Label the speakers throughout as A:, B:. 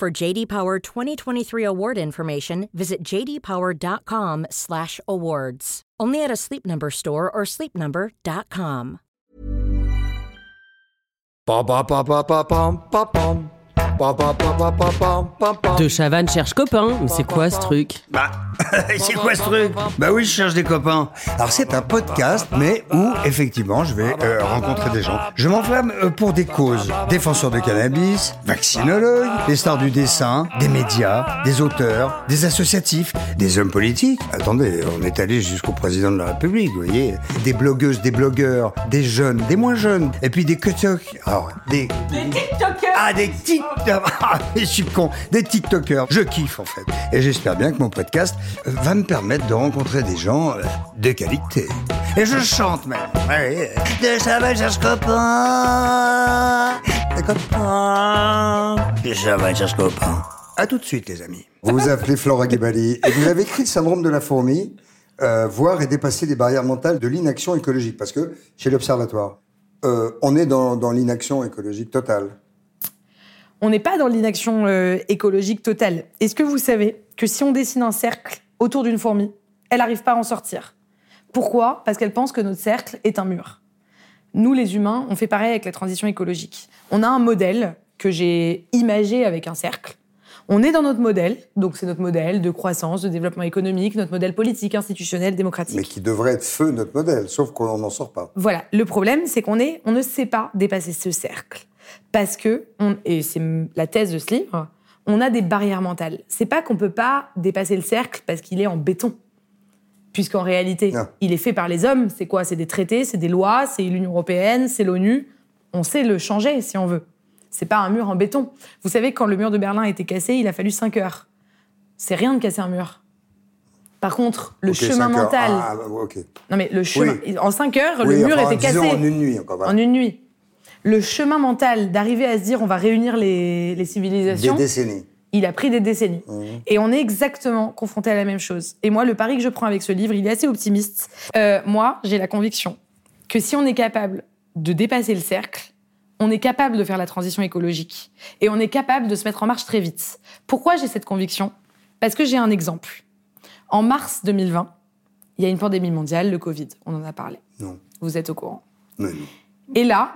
A: For JD Power 2023 award information, visit jdpower.com/awards. Only at a Sleep Number store or sleepnumber.com.
B: Pam, pam, pam, pam, pam, pam, pam, pam. Pam, pam, pam, pam, pam, pam, pam, pam.
C: De Chavannes cherche copain, mais c'est quoi ce truc
D: Bah, c'est quoi ce truc Bah oui, je cherche des copains. Alors c'est un podcast, mais où effectivement je vais euh, rencontrer des gens. Je m'enflamme euh, pour des causes. Défenseurs de cannabis, vaccinologues, des stars du dessin, des médias, des auteurs, des associatifs, des hommes politiques. Attendez, on est allé jusqu'au président de la République, vous voyez. Des blogueuses, des blogueurs, des jeunes, des moins jeunes, et puis des TikTok. Alors, des... Ah, des TikTok Ah, je suis con Des TikTokers Je kiffe, en fait. Et j'espère bien que mon podcast euh, va me permettre de rencontrer des gens euh, de qualité. Et je chante, même Ah Ouais, ouais. De Chavannes cherche copain Des copains De Chavannes cherche copain À tout de suite, les amis.
B: Vous vous appelez Flora Gabali et vous avez écrit le syndrome de la fourmi, euh, voir et dépasser les barrières mentales de l'inaction écologique. Parce que chez l'Observatoire, euh, on est dans, dans l'inaction écologique totale.
E: On n'est pas dans l'inaction euh, écologique totale. Est-ce que vous savez que si on dessine un cercle autour d'une fourmi, elle n'arrive pas à en sortir Pourquoi Parce qu'elle pense que notre cercle est un mur. Nous, les humains, on fait pareil avec la transition écologique. On a un modèle que j'ai imagé avec un cercle. On est dans notre modèle, donc c'est notre modèle de croissance, de développement économique, notre modèle politique, institutionnel, démocratique.
B: Mais qui devrait être feu notre modèle, sauf qu'on n'en sort pas.
E: Voilà, le problème, c'est qu'on est, on ne sait pas dépasser ce cercle parce que, on- et c'est m- la thèse de ce livre, on a des barrières mentales. C'est pas qu'on peut pas dépasser le cercle parce qu'il est en béton, puisqu'en réalité,
B: Ah.
E: il est fait par les hommes. C'est quoi C'est des traités, c'est des lois, c'est l'Union européenne, c'est l'ONU. On sait le changer si on veut. C'est pas un mur en béton. Vous savez, quand le mur de Berlin a été cassé, il a fallu 5 heures. C'est rien de casser un mur. Par contre, le
B: Ok,
E: chemin
B: cinq heures.
E: mental.
B: Ah, ah, ok.
E: Non, mais le chemin. En 5 heures,
B: Oui,
E: le mur
B: enfin,
E: était cassé.
B: disons en une nuit, encore. voilà.
E: En une nuit. Le chemin mental d'arriver à se dire on va réunir les, les
B: Des
E: civilisations,
B: décennies.
E: il a pris des décennies. Et on est exactement confronté à la même chose. Et moi, le pari que je prends avec ce livre, il est assez optimiste. Euh, moi, j'ai la conviction que si on est capable de dépasser le cercle, on est capable de faire la transition écologique. Et on est capable de se mettre en marche très vite. Pourquoi j'ai cette conviction Parce que j'ai un exemple. En mars 2020, il y a une pandémie mondiale, le Covid, on en a parlé.
B: Non.
E: Vous êtes au courant.
B: Mais non.
E: Et là,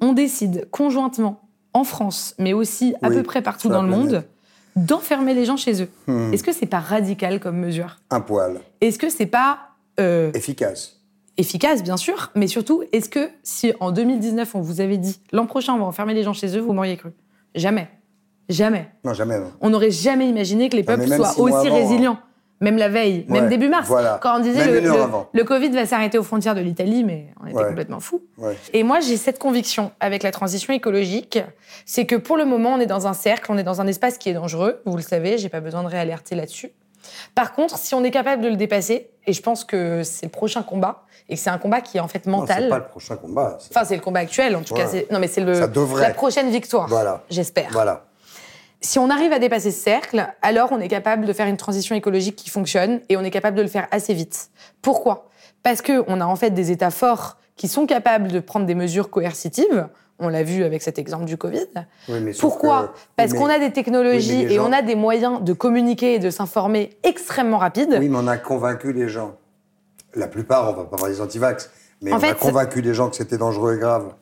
E: on décide conjointement, en France, mais aussi à
B: Oui,
E: peu près partout
B: sur la
E: dans le monde,
B: planète.
E: d'enfermer les gens chez eux.
B: Hmm.
E: Est-ce que c'est pas radical comme mesure
B: Un poil.
E: Est-ce que c'est pas euh,
B: Efficace.
E: efficace, bien sûr, mais surtout, est-ce que si en 2019 on vous avait dit l'an prochain on va enfermer les gens chez eux, vous m'auriez cru Jamais, jamais.
B: Non, jamais, non.
E: On n'aurait jamais imaginé que les
B: mais
E: peuples
B: même
E: soient
B: six mois
E: aussi
B: avant, hein.
E: résilients. Même la veille, même
B: Ouais,
E: début mars,
B: voilà.
E: quand on disait
B: Même
E: le,
B: une heure
E: le-
B: avant.
E: le Covid va s'arrêter aux frontières de l'Italie, mais on était
B: Ouais.
E: complètement fous.
B: Ouais.
E: Et moi, j'ai cette conviction avec la transition écologique, c'est que pour le moment, on est dans un cercle, on est dans un espace qui est dangereux. Vous le savez, j'ai pas besoin de réalerter là-dessus. Par contre, si on est capable de le dépasser, et je pense que c'est le prochain combat, et que c'est un combat qui est en fait
B: Non, c'est
E: mental.
B: pas le prochain combat. c'est-
E: Enfin, c'est le combat actuel, en tout cas.
B: Ouais.
E: c'est- Non, mais c'est le
B: Ça devrait.
E: la prochaine victoire.
B: Voilà.
E: J'espère.
B: Voilà.
E: Si on arrive à dépasser ce cercle, alors on est capable de faire une transition écologique qui fonctionne et on est capable de le faire assez vite. Pourquoi Parce que on a en fait des États forts qui sont capables de prendre des mesures coercitives. On l'a vu avec cet exemple du Covid.
B: Oui, mais sauf
E: Pourquoi
B: que-
E: Parce
B: mais-
E: qu'on a des technologies
B: oui, mais les
E: et
B: gens-
E: on a des moyens de communiquer et de s'informer extrêmement rapides.
B: Oui, mais on a convaincu les gens. La plupart, on va pas voir les antivax, mais
E: En
B: on a
E: fait,
B: convaincu les gens que c'était dangereux et grave.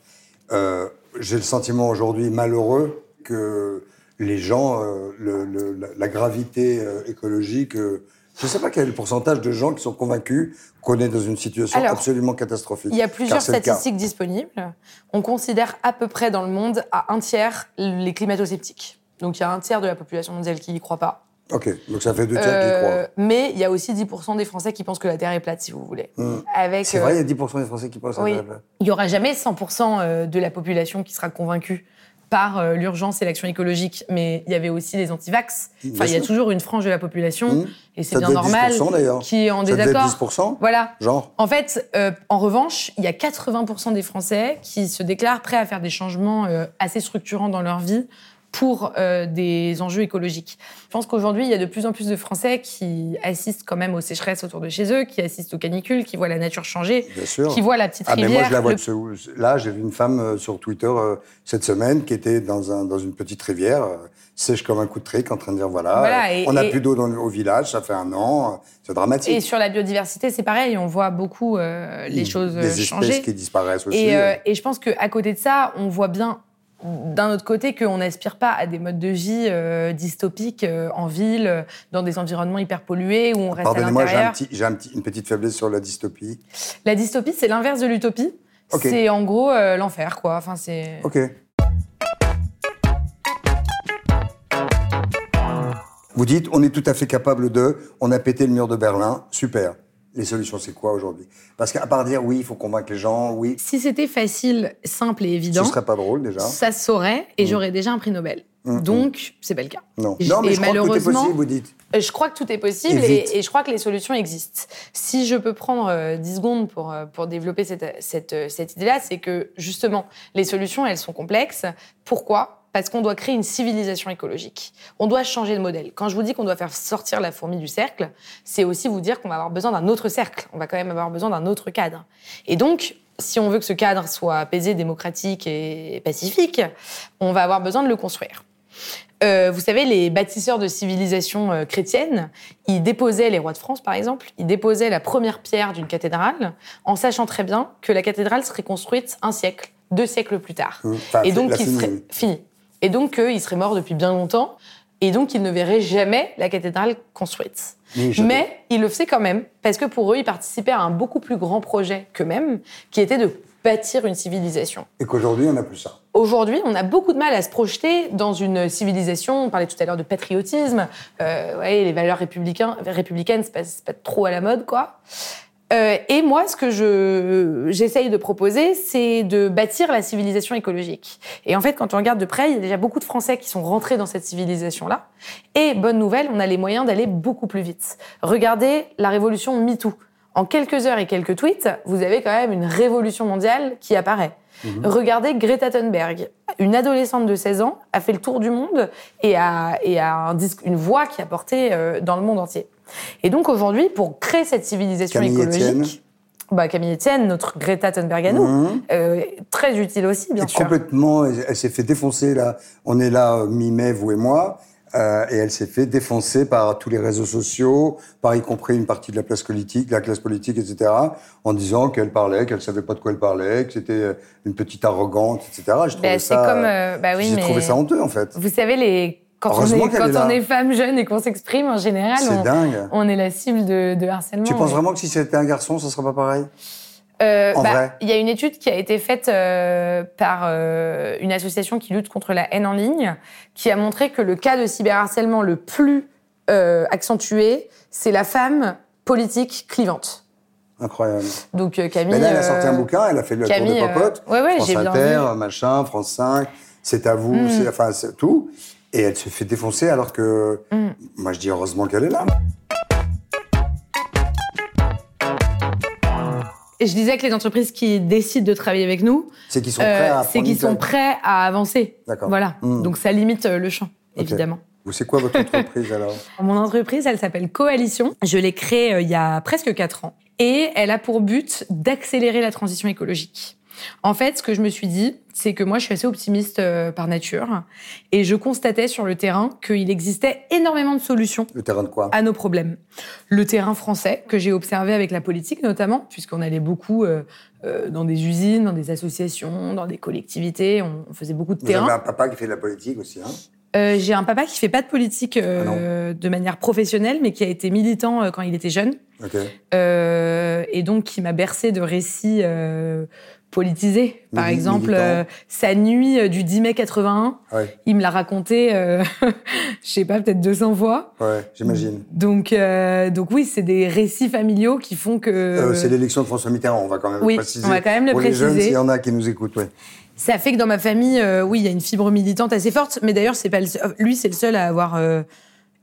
B: Euh, J'ai le sentiment aujourd'hui malheureux que les gens, euh, le- le- la, la gravité euh, écologique, euh, je ne sais pas quel est le pourcentage de gens qui sont convaincus qu'on est dans une situation
E: Alors,
B: absolument catastrophique.
E: Il y a
B: Car
E: plusieurs
B: c'est le cas.
E: statistiques disponibles. On considère à peu près dans le monde à un tiers les climato-sceptiques. Donc il y a un tiers de la population mondiale qui n'y croit pas.
B: Ok, donc ça fait deux tiers qui y
E: Euh,
B: croient.
E: Mais il y a aussi 10% des Français qui pensent que la Terre est plate, si vous voulez.
B: Hmm.
E: Avec,
B: C'est
E: euh,
B: vrai, il y a 10% des Français qui pensent à
E: oui.
B: ça.
E: il y aura jamais 100% euh, de la population qui sera convaincue par euh, l'urgence et l'action écologique, mais il y avait aussi les antivax.
B: Bien
E: Enfin, il y a
B: sûr.
E: toujours une frange de la population,
B: Mmh.
E: et c'est
B: Ça
E: bien
B: devait être
E: normal,
B: 10%, d'ailleurs.
E: qui est en
B: Ça devait être
E: désaccord.
B: 10%,
E: Voilà.
B: genre.
E: En fait, euh, en revanche, il y a 80% des Français qui se déclarent prêts à faire des changements euh, assez structurants dans leur vie pour euh, des enjeux écologiques. Je pense qu'aujourd'hui, il y a de plus en plus de Français qui assistent quand même aux sécheresses autour de chez eux, qui assistent aux canicules, qui voient la nature changer,
B: Bien sûr.
E: qui voient la petite
B: Ah, mais
E: rivière.
B: moi, je la vois
E: le-
B: de ce- Là, j'ai vu une femme euh, sur Twitter euh, cette semaine qui était dans, un, dans une petite rivière, euh, sèche comme un coup de trick, en train de dire voilà,
E: Voilà,
B: euh,
E: et-
B: on n'a
E: et-
B: plus d'eau dans le- au village, ça fait un an, euh, c'est dramatique.
E: Et sur la biodiversité, c'est pareil, on voit beaucoup euh, les choses
B: Des
E: euh,
B: espèces
E: changer.
B: qui disparaissent aussi.
E: Et, euh,
B: euh,
E: et je pense qu'à côté de ça, on voit bien d'un autre côté qu'on n'aspire pas à des modes de vie euh, dystopiques euh, en ville, euh, dans des environnements hyper pollués, où on reste à
B: Pardonnez-moi, j'ai un
E: l'intérieur.
B: petit- j'ai un petit- une petite faiblesse sur la dystopie.
E: La dystopie, c'est l'inverse de l'utopie.
B: Ok.
E: C'est en gros euh, l'enfer, quoi. Enfin, c'est...
B: Ok. Vous dites, on est tout à fait capable de, on a pété le mur de Berlin, super. Les solutions, c'est quoi aujourd'hui Parce qu'à part dire oui, il faut convaincre les gens, oui,
E: Si c'était facile, simple et
B: ce
E: évident,
B: serait pas Mmh. drôle déjà.
E: ça se saurait et j'aurais déjà un prix Nobel.
B: Mm,
E: Donc, c'est pas le cas.
B: Non,
E: Et-
B: non mais
E: et
B: je crois que tout est
E: malheureusement-
B: possible, vous dites.
E: Euh, Je crois que tout est possible
B: Et vite.
E: et, et je crois que les solutions existent. Si je peux prendre euh, 10 secondes pour, euh, pour développer cette, cette, euh, cette idée-là, c'est que justement, les solutions, elles sont complexes. Pourquoi parce qu'on doit créer une civilisation écologique. On doit changer de modèle. Quand je vous dis qu'on doit faire sortir la fourmi du cercle, c'est aussi vous dire qu'on va avoir besoin d'un autre cercle. On va quand même avoir besoin d'un autre cadre. Et donc, si on veut que ce cadre soit apaisé, démocratique et pacifique, on va avoir besoin de le construire. Euh, vous savez, les bâtisseurs de civilisation euh, chrétienne, ils déposaient, les rois de France par exemple, ils déposaient la première pierre d'une cathédrale en sachant très bien que la cathédrale serait construite un siècle, deux siècles plus tard.
B: Hum, enfin,
E: et donc,
B: la
E: il
B: finie.
E: serait fini. Et donc, euh, il serait mort depuis bien longtemps. Et donc, ils ne verraient jamais la cathédrale construite.
B: Ni le château.
E: Mais ils le faisaient quand même, parce que pour eux, ils participaient à un beaucoup plus grand projet qu'eux-mêmes, qui était de bâtir une civilisation.
B: Et qu'aujourd'hui, on n'a plus ça.
E: Aujourd'hui, on a beaucoup de mal à se projeter dans une civilisation. On parlait tout à l'heure de patriotisme. Euh, ouais, les valeurs républicains, républicaines, c'est pas, c'est pas trop à la mode, quoi. Euh, et moi, ce que je, j'essaye de proposer, c'est de bâtir la civilisation écologique. Et en fait, quand on regarde de près, il y a déjà beaucoup de Français qui sont rentrés dans cette civilisation-là. Et bonne nouvelle, on a les moyens d'aller beaucoup plus vite. Regardez la révolution MeToo. En quelques heures et quelques tweets, vous avez quand même une révolution mondiale qui apparaît.
B: Mhm.
E: Regardez Greta Thunberg. Une adolescente de 16 ans a fait le tour du monde et a, et a un disque, une voix qui a porté euh, dans le monde entier. Et donc aujourd'hui, pour créer cette civilisation
B: Camille
E: écologique,
B: Etienne.
E: bah Camille Etienne, notre Greta Thunberg à nous,
B: Mhm.
E: euh, très utile aussi, bien
B: Et
E: sûr.
B: complètement, elle, elle s'est fait défoncer là. On est là euh, mi-mai, vous et moi, euh, et elle s'est fait défoncer par tous les réseaux sociaux, par y compris une partie de la classe politique, la classe politique, etc., en disant qu'elle parlait, qu'elle savait pas de quoi elle parlait, que c'était euh, une petite arrogante, etc. J'ai trouvé
E: Bah, c'est
B: ça.
E: comme, euh, bah oui,
B: j'ai
E: mais
B: trouvé ça honteux en fait.
E: vous savez, les, quand, on
B: Heureusement
E: est,
B: qu'elle
E: quand
B: est là.
E: on est femme jeune et qu'on s'exprime, en général,
B: C'est
E: on,
B: dingue.
E: on est la cible de, de harcèlement.
B: Tu penses
E: mais-
B: vraiment que si c'était un garçon, ça serait pas pareil
E: Euh,
B: En
E: bah,
B: vrai.
E: Il y a une étude qui a été faite euh, par euh, une association qui lutte contre la haine en ligne, qui a montré que le cas de cyberharcèlement le plus euh, accentué, c'est la femme politique clivante.
B: Incroyable.
E: Donc euh, Camille.
B: Mais là, elle a sorti un
E: euh,
B: bouquin, elle a fait le
E: Camille,
B: tour de popote.
E: euh, ouais, ouais,
B: France
E: j'ai bien
B: Inter,
E: vu. Hmm.
B: machin, France 5, c'est à vous, c'est, enfin, c'est tout. Et elle se fait défoncer alors que,
E: Hmm.
B: moi, je dis heureusement qu'elle est là.
E: Et je disais que les entreprises qui décident de travailler avec nous,
B: C'est qu'ils sont prêts
E: euh,
B: à
E: c'est
B: prendre
E: qu'ils
B: une
E: sont
B: claque.
E: prêts à avancer.
B: D'accord.
E: Voilà.
B: Mm.
E: Donc ça limite euh, le champ,
B: Ok.
E: évidemment.
B: Vous, c'est quoi votre entreprise alors
E: Mon entreprise, elle s'appelle Coalition. Je l'ai créée euh, il y a presque quatre ans. Et elle a pour but d'accélérer la transition écologique. En fait, ce que je me suis dit, c'est que moi, je suis assez optimiste euh, par nature. Et je constatais sur le terrain qu'il existait énormément de solutions
B: Le terrain de quoi
E: à nos problèmes. Le terrain français, que j'ai observé avec la politique notamment, puisqu'on allait beaucoup euh, euh, dans des usines, dans des associations, dans des collectivités, on, on faisait beaucoup de
B: Vous
E: terrain.
B: avez un papa qui fait de la politique aussi, hein
E: Euh, j'ai un papa qui fait pas de politique euh,
B: Ah
E: de manière professionnelle, mais qui a été militant euh, quand il était jeune,
B: Ok.
E: Euh, et donc qui m'a bercé de récits euh, politisés. Par
B: Mili-
E: exemple,
B: militant.
E: euh, sa nuit euh, du 10 mai 81,
B: Ouais,
E: il me l'a raconté, euh, je sais pas, peut-être 200 fois.
B: ouais, j'imagine.
E: Donc, euh, donc oui, c'est des récits familiaux qui font que
B: Euh, c'est l'élection de François Mitterrand, Euh, on va quand même
E: oui,
B: le préciser.
E: on va quand même le
B: Pour les jeunes,
E: préciser.
B: s'il y en a qui nous écoutent, ouais.
E: Ça fait que dans ma famille, euh, oui, il y a une fibre militante assez forte, mais d'ailleurs, c'est pas le seul- lui, c'est le seul à avoir euh,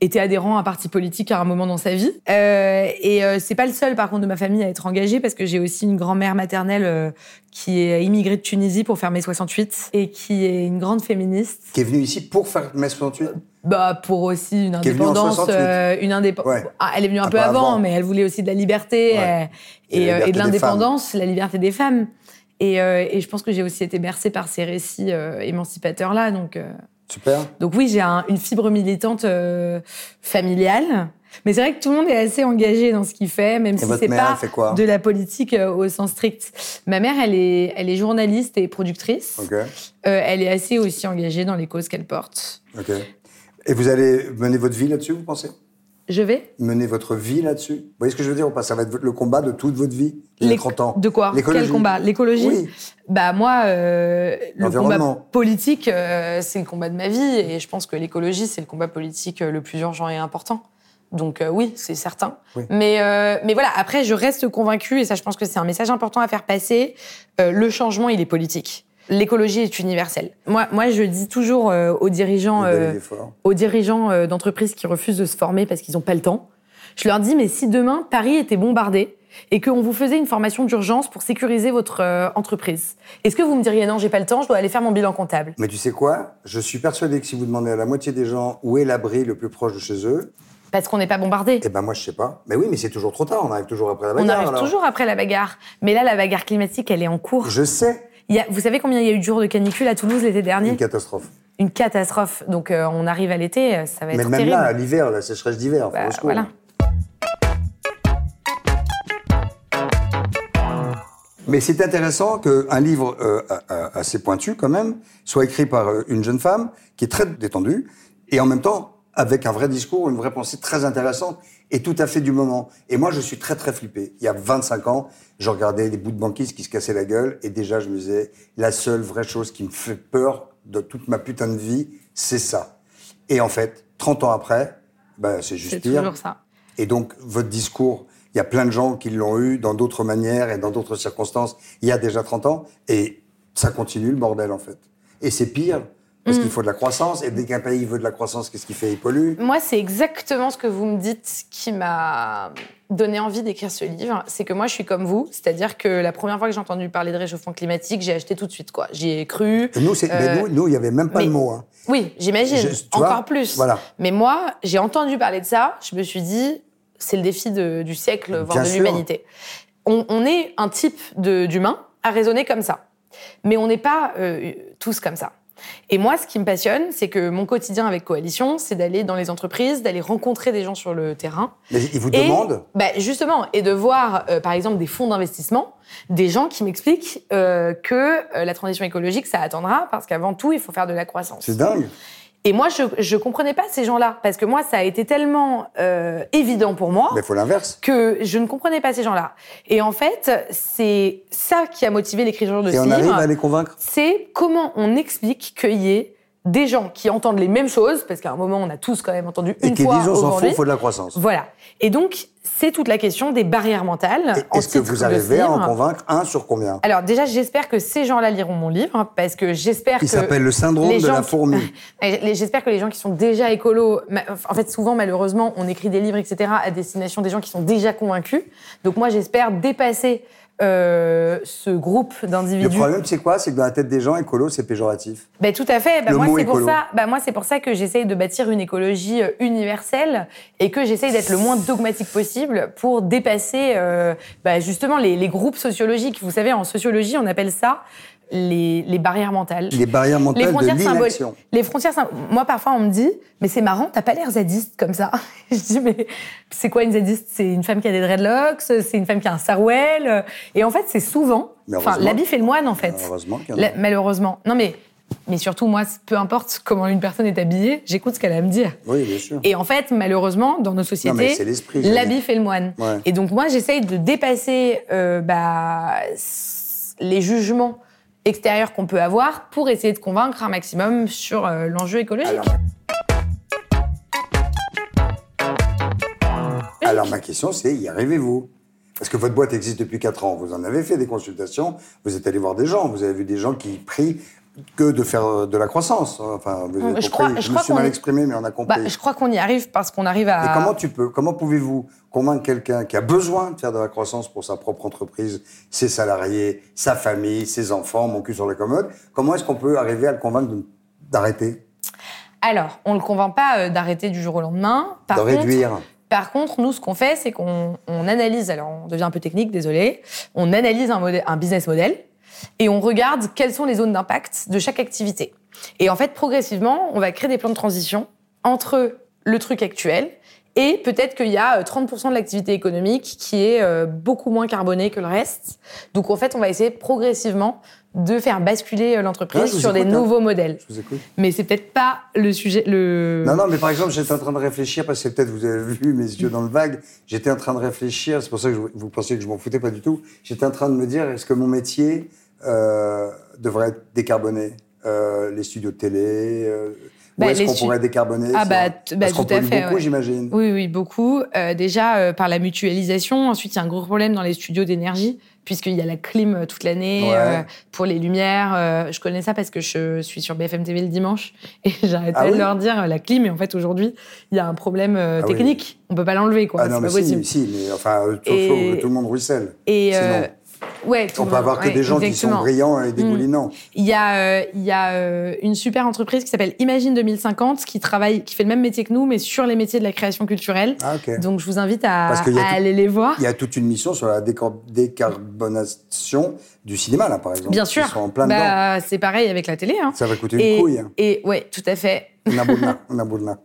E: été adhérent à un parti politique à un moment dans sa vie. Euh, et euh, c'est pas le seul, par contre, de ma famille à être engagé, parce que j'ai aussi une grand-mère maternelle euh, qui est immigrée de Tunisie pour faire mes 68 et qui est une grande féministe.
B: Qui est venu ici pour faire mai 68
E: Bah, pour aussi une
B: Qui est venue en
E: indépendance,
B: 68.
E: euh, une indép-
B: Ouais.
E: Ah, elle est venue un,
B: Un
E: peu,
B: peu
E: avant,
B: avant.
E: mais elle voulait aussi de la liberté
B: Ouais.
E: euh, et,
B: Et la liberté
E: euh, et de
B: des
E: l'indépendance, la liberté des femmes. Et, euh, et je pense que j'ai aussi été bercée par ces récits euh, émancipateurs là. Donc, euh,
B: Super.
E: donc oui, j'ai un- une fibre militante euh, familiale. Mais c'est vrai que tout le monde est assez engagé dans ce qu'il fait, même
B: Et
E: si
B: votre
E: c'est
B: mère,
E: pas
B: elle fait quoi
E: de la politique euh, au sens strict. Ma mère, elle est, elle est journaliste et productrice.
B: Ok.
E: Euh, elle est assez aussi engagée dans les causes qu'elle porte.
B: Ok. Et vous allez mener votre vie là-dessus, vous pensez
E: Je vais
B: Mener votre vie là-dessus Vous voyez ce que je veux dire ou pas Ça va être le combat de toute votre vie les
E: Les-
B: 30 ans.
E: De quoi
B: L'écologie.
E: Quel combat L'écologie
B: Oui.
E: Bah moi, euh, le
B: L'environnement.
E: combat politique, euh, c'est le combat de ma vie et je pense que l'écologie, c'est le combat politique euh, le plus urgent et important. Donc euh, oui, c'est certain.
B: Oui.
E: Mais, euh, mais voilà, après, je reste convaincue, et ça je pense que c'est un message important à faire passer, euh, le changement, il est politique. L'écologie est universelle. Moi, moi je dis toujours euh, aux dirigeants...
B: Vous avez
E: euh,
B: des efforts.
E: aux dirigeants euh, d'entreprises qui refusent de se former parce qu'ils n'ont pas le temps. Je leur dis, mais si demain Paris était bombardé et qu'on vous faisait une formation d'urgence pour sécuriser votre euh, entreprise, est-ce que vous me diriez non, j'ai pas le temps, je dois aller faire mon bilan comptable
B: Mais tu sais quoi Je suis persuadé que si vous demandez à la moitié des gens où est l'abri le plus proche de chez eux,
E: Parce qu'on n'est pas bombardé.
B: eh ben moi je sais pas. Mais oui, mais c'est toujours trop tard. On arrive toujours après la
E: On
B: bagarre.
E: arrive
B: alors.
E: toujours après la bagarre. Mais là, la bagarre climatique, elle est en cours.
B: Je sais,
E: Il y a- vous savez combien il y a eu de jours de canicule à Toulouse l'été dernier
B: une catastrophe.
E: Une catastrophe. Donc euh, on arrive à l'été, euh, ça va
B: Mais
E: être
B: même
E: terrible.
B: là, à l'hiver, la sécheresse d'hiver, enfin,
E: Bah,
B: au secours.
E: voilà.
B: Mais c'est intéressant qu'un livre euh, a- a- assez pointu, quand même, soit écrit par euh, une jeune femme qui est très détendue et en même temps avec un vrai discours, une vraie pensée très intéressante et tout à fait du moment. Et moi, je suis très, très flippé. Il y a 25 ans, je regardais des bouts de banquise qui se cassaient la gueule et déjà, je me disais, la seule vraie chose qui me fait peur de toute ma putain de vie, c'est ça. Et en fait, 30 ans après, ben, c'est juste
E: C'est
B: pire.
E: toujours ça.
B: Et donc, votre discours, il y a plein de gens qui l'ont eu dans d'autres manières et dans d'autres circonstances il y a déjà 30 ans. Et ça continue le bordel, en fait. Et c'est pire, parce
E: Mm.
B: qu'il faut de la croissance. Et dès qu'un pays veut de la croissance, qu'est-ce qu'il fait Il pollue.
E: Moi, c'est exactement ce que vous me dites qui m'a donné envie d'écrire ce livre. C'est que moi, je suis comme vous. C'est-à-dire que la première fois que j'ai entendu parler de réchauffement climatique, j'ai acheté tout de suite, quoi. J'y ai cru.
B: Et nous, c'est- mais
E: Euh,
B: nous, nous, il n'y avait même pas
E: mais-
B: le mot. hein.
E: Oui, j'imagine.
B: Je- tu vois,
E: Encore plus.
B: voilà.
E: Mais moi, j'ai entendu parler de ça. Je me suis dit, c'est le défi de- du siècle, voire
B: Bien
E: de
B: sûr.
E: l'humanité. On, on est un type de- d'humain à raisonner comme ça. Mais on n'est pas euh, tous comme ça. Et moi, ce qui me passionne, c'est que mon quotidien avec Coalition, c'est d'aller dans les entreprises, d'aller rencontrer des gens sur le terrain.
B: Mais ils vous
E: Et,
B: demandent.
E: bah, Justement, et de voir, euh, par exemple, des fonds d'investissement, des gens qui m'expliquent euh, que euh, la transition écologique, ça attendra, parce qu'avant tout, il faut faire de la croissance.
B: C'est dingue.
E: Et moi, je je comprenais pas ces gens-là, parce que moi, ça a été tellement euh, évident pour moi
B: Mais il faut l'inverse.
E: que je ne comprenais pas ces gens-là. Et en fait, c'est ça qui a motivé l'écriture de
B: Et
E: ce
B: on arrive
E: livre
B: à les convaincre.
E: c'est comment on explique qu'il y ait des gens qui entendent les mêmes choses, parce qu'à un moment, on a tous quand même entendu
B: Et
E: une
B: qui
E: fois
B: disent, on s'en fout,
E: aujourd'hui.
B: il faut de la croissance.
E: Voilà. Et donc, c'est toute la question des barrières mentales.
B: Et
E: en
B: Est-ce que
E: titre
B: vous
E: de ce
B: arrivez à en
E: livre.
B: convaincre un sur combien
E: Alors déjà, j'espère que ces gens-là liront mon livre, parce que j'espère que...
B: Il s'appelle le syndrome
E: les
B: de
E: gens
B: la
E: qui- Ah,
B: fourmi.
E: Et J'espère que les gens qui sont déjà écolos, ma- en fait souvent malheureusement on écrit des livres etc à destination des gens qui sont déjà convaincus. Donc moi j'espère dépasser euh, ce groupe
B: Le
E: d'individus.
B: problème, c'est quoi C'est que dans la tête des gens, écolo, c'est péjoratif.
E: Ben, tout à fait. Ben,
B: Le
E: moi
B: mot
E: c'est pour
B: écolo.
E: ça. ben, moi c'est pour ça que j'essaye de bâtir une écologie euh, universelle et que j'essaye d'être le moins dogmatique possible pour dépasser euh, ben, justement les, les groupes sociologiques. Vous savez en sociologie on appelle ça les, les barrières mentales.
B: Les barrières mentales
E: Les frontières
B: de
E: symboliques.
B: l'inaction.
E: Les frontières sym- Moi, parfois, on me dit, mais c'est marrant, t'as pas l'air zadiste comme ça. je dis, mais c'est quoi une zadiste C'est une femme qui a des dreadlocks, c'est une femme qui a un sarouel. euh, Et en fait, c'est souvent.
B: Mais
E: Enfin,
B: heureusement.
E: l'habit fait le moine, en fait.
B: Heureusement qu'il y en a.
E: La- Malheureusement. Non, mais, mais surtout, moi, c'est- peu importe comment une personne est habillée, j'écoute ce qu'elle a à me dire.
B: Oui, bien sûr.
E: Et en fait, malheureusement, dans nos
B: Non, mais
E: sociétés,
B: c'est l'esprit. j'allais
E: l'habit
B: dire.
E: fait le moine.
B: Ouais.
E: Et donc moi, j'essaye de dépasser euh, bah, s- les jugements extérieurs qu'on peut avoir pour essayer de convaincre un maximum sur euh, l'enjeu écologique.
B: Alors, Alors, ma question, c'est y arrivez-vous Parce que votre boîte existe depuis 4 ans. Vous en avez fait des consultations, vous êtes allé voir des gens, vous avez vu des gens qui prient que de faire euh, de la croissance. Enfin, vous avez compris.
E: Je crois- je
B: me
E: crois
B: suis
E: qu'on
B: mal
E: est-
B: exprimé, mais on a
E: Bah,
B: compris.
E: je crois qu'on y arrive parce qu'on arrive à.
B: Et comment tu peux, comment pouvez-vous convaincre quelqu'un qui a besoin de faire de la croissance pour sa propre entreprise, ses salariés, sa famille, ses enfants, mon cul sur la commode, comment est-ce qu'on peut arriver à le convaincre de- d'arrêter,
E: Alors, on le convainc pas euh, d'arrêter du jour au lendemain. Par
B: de
E: contre,
B: réduire
E: Par contre, nous, ce qu'on fait, c'est qu'on on analyse, alors on devient un peu technique, désolé, on analyse un, modè- un business model et on regarde quelles sont les zones d'impact de chaque activité. Et en fait, progressivement, on va créer des plans de transition entre le truc actuel et peut-être qu'il y a euh, 30% de l'activité économique qui est euh, beaucoup moins carbonée que le reste. Donc en fait, on va essayer progressivement de faire basculer euh,
B: Ouais,
E: l'entreprise
B: je vous
E: sur des
B: écoute, hein.
E: nouveaux modèles.
B: Je vous écoute.
E: Mais c'est peut-être pas le sujet, le...
B: Non, non, mais par exemple, j'étais en train de réfléchir, parce que peut-être vous avez vu mes yeux dans le vague, j'étais en train de réfléchir, c'est pour ça que je- vous pensiez que je m'en foutais pas du tout, j'étais en train de me dire, est-ce que mon métier euh, devrait être décarboné Euh, Les studios de télé euh,
E: Bah,
B: Où est-ce
E: les
B: qu'on
E: stu-
B: pourrait décarboner
E: Ah
B: ça
E: bah, t- bah,
B: Parce qu'on
E: tout à
B: pollue
E: fait,
B: beaucoup,
E: ouais.
B: j'imagine.
E: Oui, oui, beaucoup. Euh, déjà euh, par la mutualisation. Ensuite, il y a un gros problème dans les studios d'énergie, puisqu'il y a la clim euh, toute l'année
B: Ouais.
E: euh, pour les lumières. euh, je connais ça parce que je suis sur BFM TV le dimanche et j'arrête
B: Ah
E: pas de
B: oui
E: leur dire euh, la clim. Et en fait, aujourd'hui, il y a un problème euh,
B: Ah oui.
E: technique. On peut pas l'enlever, quoi.
B: Ah non,
E: c'est
B: mais
E: pas
B: si,
E: possible.
B: si, mais enfin, euh, tout,
E: Et-
B: tout le monde ruisselle.
E: Et euh, ouais, tout
B: On
E: le
B: peut
E: monde-
B: avoir que
E: ouais,
B: des gens qui sont
E: exactement. Hmm.
B: brillants et dégoulinants.
E: Il y a, euh, il y a euh, une super entreprise qui s'appelle Imagine 2050 qui travaille, qui fait le même métier que nous, mais sur les métiers de la création culturelle.
B: Ah, ok.
E: Donc, je vous invite à,
B: Parce qu'il y a
E: à
B: tout-
E: aller les voir.
B: Il y a toute une mission sur la décor- décarbonation du cinéma, là, par exemple.
E: Bien
B: Ils
E: sûr.
B: sont en plein dedans.
E: bah, c'est pareil avec la télé. Hein.
B: Ça va coûter une
E: Et,
B: couille. hein.
E: et ouais, tout à fait.
B: Una bourna, una bourna.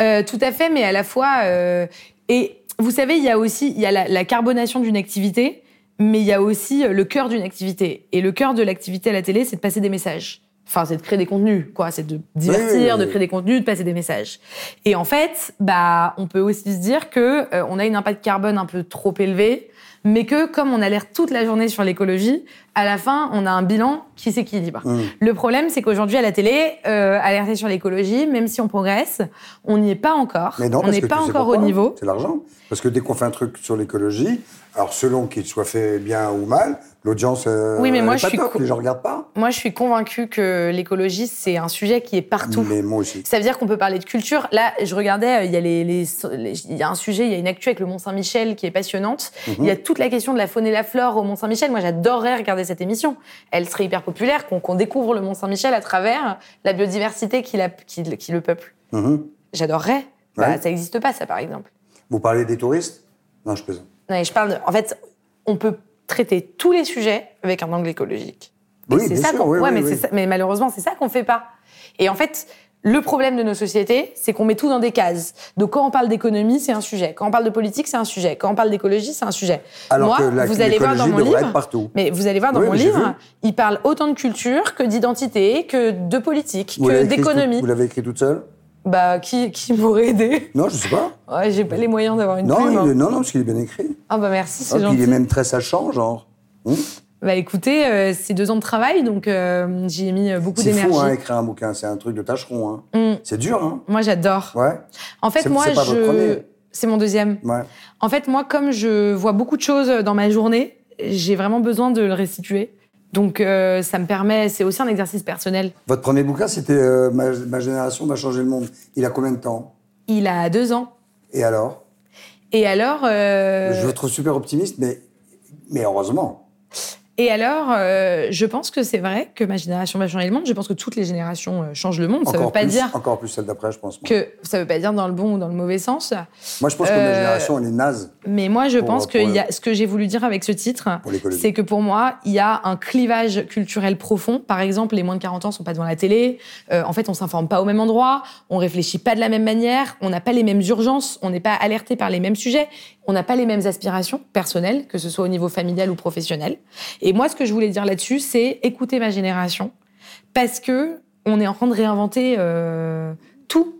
E: Euh, tout à fait, mais à la fois. euh, et vous savez, il y a aussi il y a la, la carbonation d'une activité, mais il y a aussi euh, le cœur d'une activité. Et le cœur de l'activité à la télé, c'est de passer des messages. Enfin, c'est de créer des contenus, quoi. C'est de divertir,
B: Oui, oui, oui.
E: de créer des contenus, de passer des messages. Et en fait, bah, on peut aussi se dire que euh, on a une impact carbone un peu trop élevé, mais que comme on a l'air toute la journée sur l'écologie, à la fin, on a un bilan qui s'équilibre.
B: Mm.
E: Le problème, c'est qu'aujourd'hui, à la télé, euh, alerter sur l'écologie, même si on progresse, on n'y est pas encore.
B: Mais non,
E: on
B: parce
E: n'est
B: que
E: pas
B: tu sais
E: encore au
B: pourquoi
E: niveau.
B: C'est l'argent. Parce que dès qu'on fait un truc sur l'écologie, alors selon qu'il soit fait bien ou mal, l'audience. euh,
E: Oui, mais
B: elle
E: moi,
B: est
E: je
B: pas
E: suis
B: top,
E: co-
B: Les gens regardent pas.
E: Moi, je suis convaincue que l'écologie, c'est un sujet qui est partout.
B: Mais moi aussi.
E: Ça veut dire qu'on peut parler de culture. Là, je regardais, euh, il y, a les, les- les- il y a un sujet, il y a une actu avec le Mont-Saint-Michel qui est passionnante.
B: Mhm.
E: Il y a toute la question de la faune et la flore au Mont-Saint-Michel. Moi, j'adorerais regarder cette émission. Elle serait hyper populaire, qu'on qu'on découvre le Mont-Saint-Michel à travers la biodiversité qui, la- qui le- qui le peuple.
B: Mhm.
E: J'adorerais. Bah,
B: Ouais.
E: Ça n'existe pas, ça, par exemple.
B: Vous parlez des touristes Non, je plaisante.
E: Non, mais je parle. de- En fait, on peut traiter tous les sujets avec un angle écologique. Et
B: Oui,
E: c'est
B: bien
E: ça
B: sûr,
E: qu'on-
B: oui,
E: ouais,
B: oui,
E: mais,
B: oui.
E: c'est ça- mais malheureusement, c'est ça qu'on fait pas. Et en fait, le problème de nos sociétés, c'est qu'on met tout dans des cases. Donc, quand on parle d'économie, c'est un sujet. Quand on parle de politique, c'est un sujet. Quand on parle d'écologie, c'est un sujet.
B: Alors
E: Moi,
B: que la-
E: vous allez voir dans
B: l'écologie
E: mon
B: devrait
E: livre.
B: être partout.
E: Mais vous allez voir dans
B: Oui,
E: mon
B: mais j'ai
E: livre,
B: vu.
E: il parle autant de culture que d'identité, que de politique, que
B: l'avez écrit tout-
E: d'économie.
B: Vous l'avez écrit toute seule
E: Bah, qui, qui m'aurait aidé
B: Non, je sais pas.
E: Ouais, J'ai pas les moyens d'avoir une
B: Non,
E: plume.
B: il
E: hein.
B: est- non, non, parce qu'il est bien écrit.
E: Ah bah merci,
B: Ah,
E: c'est
B: puis
E: gentil.
B: il est même très sachant, genre. Hum
E: Bah écoutez, euh, c'est deux ans de travail, donc euh, j'y ai mis euh, beaucoup
B: C'est
E: d'énergie.
B: fou, hein, écrire un bouquin. C'est un truc de tâcheron. Hein.
E: Mm.
B: C'est dur, hein
E: Moi j'adore.
B: Ouais,
E: En fait,
B: C'est-
E: moi
B: c'est pas votre
E: je.
B: premier
E: C'est mon deuxième.
B: ouais.
E: En fait, moi, comme je vois beaucoup de choses dans ma journée, j'ai vraiment besoin de le restituer. Donc euh, ça me permet, c'est aussi un exercice personnel.
B: Votre premier bouquin, c'était euh, ma, ma génération va changer le monde. Il a combien de temps
E: Il a deux ans.
B: Et alors
E: Et alors, euh,
B: Je vous trouve super optimiste, mais, mais heureusement.
E: et alors, euh, je pense que c'est vrai que ma génération va changer le monde. Je pense que toutes les générations euh, changent le monde. Ça
B: encore
E: veut pas
B: plus,
E: dire
B: Encore plus celle d'après, je pense. moi.
E: que ça veut pas dire dans le bon ou dans le mauvais sens.
B: Moi, je pense que ma
E: Euh,
B: génération, elle est naze.
E: Mais moi, je
B: Pour-
E: pense que
B: pour le-
E: il y a, ce que j'ai voulu dire avec ce titre,
B: Pour l'écologie.
E: c'est que pour moi, il y a un clivage culturel profond. Par exemple, les moins de 40 ans sont pas devant la télé. Euh, en fait, on s'informe pas au même endroit. On réfléchit pas de la même manière. On n'a pas les mêmes urgences. On n'est pas alerté par les mêmes sujets. On n'a pas les mêmes aspirations personnelles, que ce soit au niveau familial ou professionnel. Et moi, ce que je voulais dire là-dessus, c'est écouter ma génération. Parce que on est en train de réinventer euh, tout.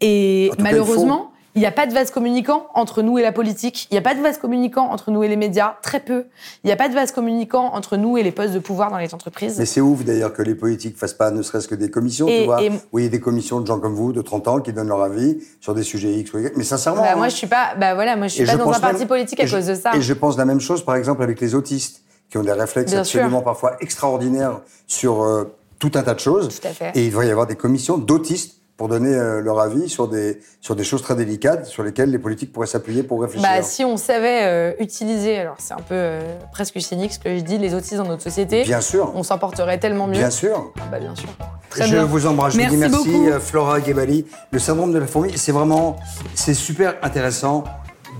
E: Et
B: En tout cas, il faut.
E: malheureusement, Il n'y a pas de vase communicant entre nous et la politique. Il n'y a pas de vase communicant entre nous et les médias. Très peu. Il n'y a pas de vase communicant entre nous et les postes de pouvoir dans les entreprises.
B: Mais c'est ouf d'ailleurs que les politiques fassent pas ne serait-ce que des commissions,
E: Et-
B: tu vois.
E: et-
B: Oui, des commissions de gens comme vous, de 30 ans, qui donnent leur avis sur des sujets X ou Y. Mais sincèrement.
E: Bah, moi,
B: hein.
E: je suis pas, bah voilà, moi, je suis
B: Et
E: pas
B: je
E: dans
B: pense
E: un parti
B: même-
E: politique à
B: et je-
E: cause de ça.
B: Et je pense la même chose, par exemple, avec les autistes, qui ont des réflexes
E: Bien sûr.
B: absolument parfois extraordinaires sur euh, tout un tas de choses.
E: Tout à fait.
B: Et il devrait y avoir des commissions d'autistes pour donner euh, leur avis sur des, sur des choses très délicates sur lesquelles les politiques pourraient s'appuyer pour réfléchir.
E: Bah, si on savait euh, utiliser, alors c'est un peu euh, presque cynique ce que je dis, les autistes dans notre société,
B: Bien sûr.
E: on s'en porterait tellement mieux.
B: Bien sûr.
E: Bah, bien sûr. Très
B: je
E: bien.
B: vous embrasse. Je vous dis
E: Merci
B: merci,
E: beaucoup.
B: euh, Flora Gebali. Le syndrome de la fourmi, c'est vraiment, c'est super intéressant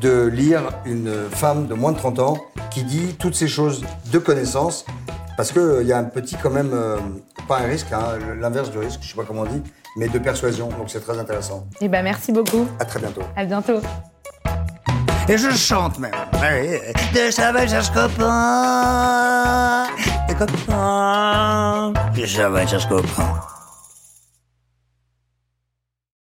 B: de lire une femme de moins de 30 ans qui dit toutes ces choses de connaissance parce qu'il y a un petit quand même, euh, pas un risque, hein, l'inverse du risque, je sais pas comment on dit, mais de persuasion. Donc c'est très intéressant.
E: Et bah, merci beaucoup.
B: À très bientôt.
E: À bientôt.
D: Et je chante même. Ouais, De ça va cherche copain. Des copains. De ça va cherche copain.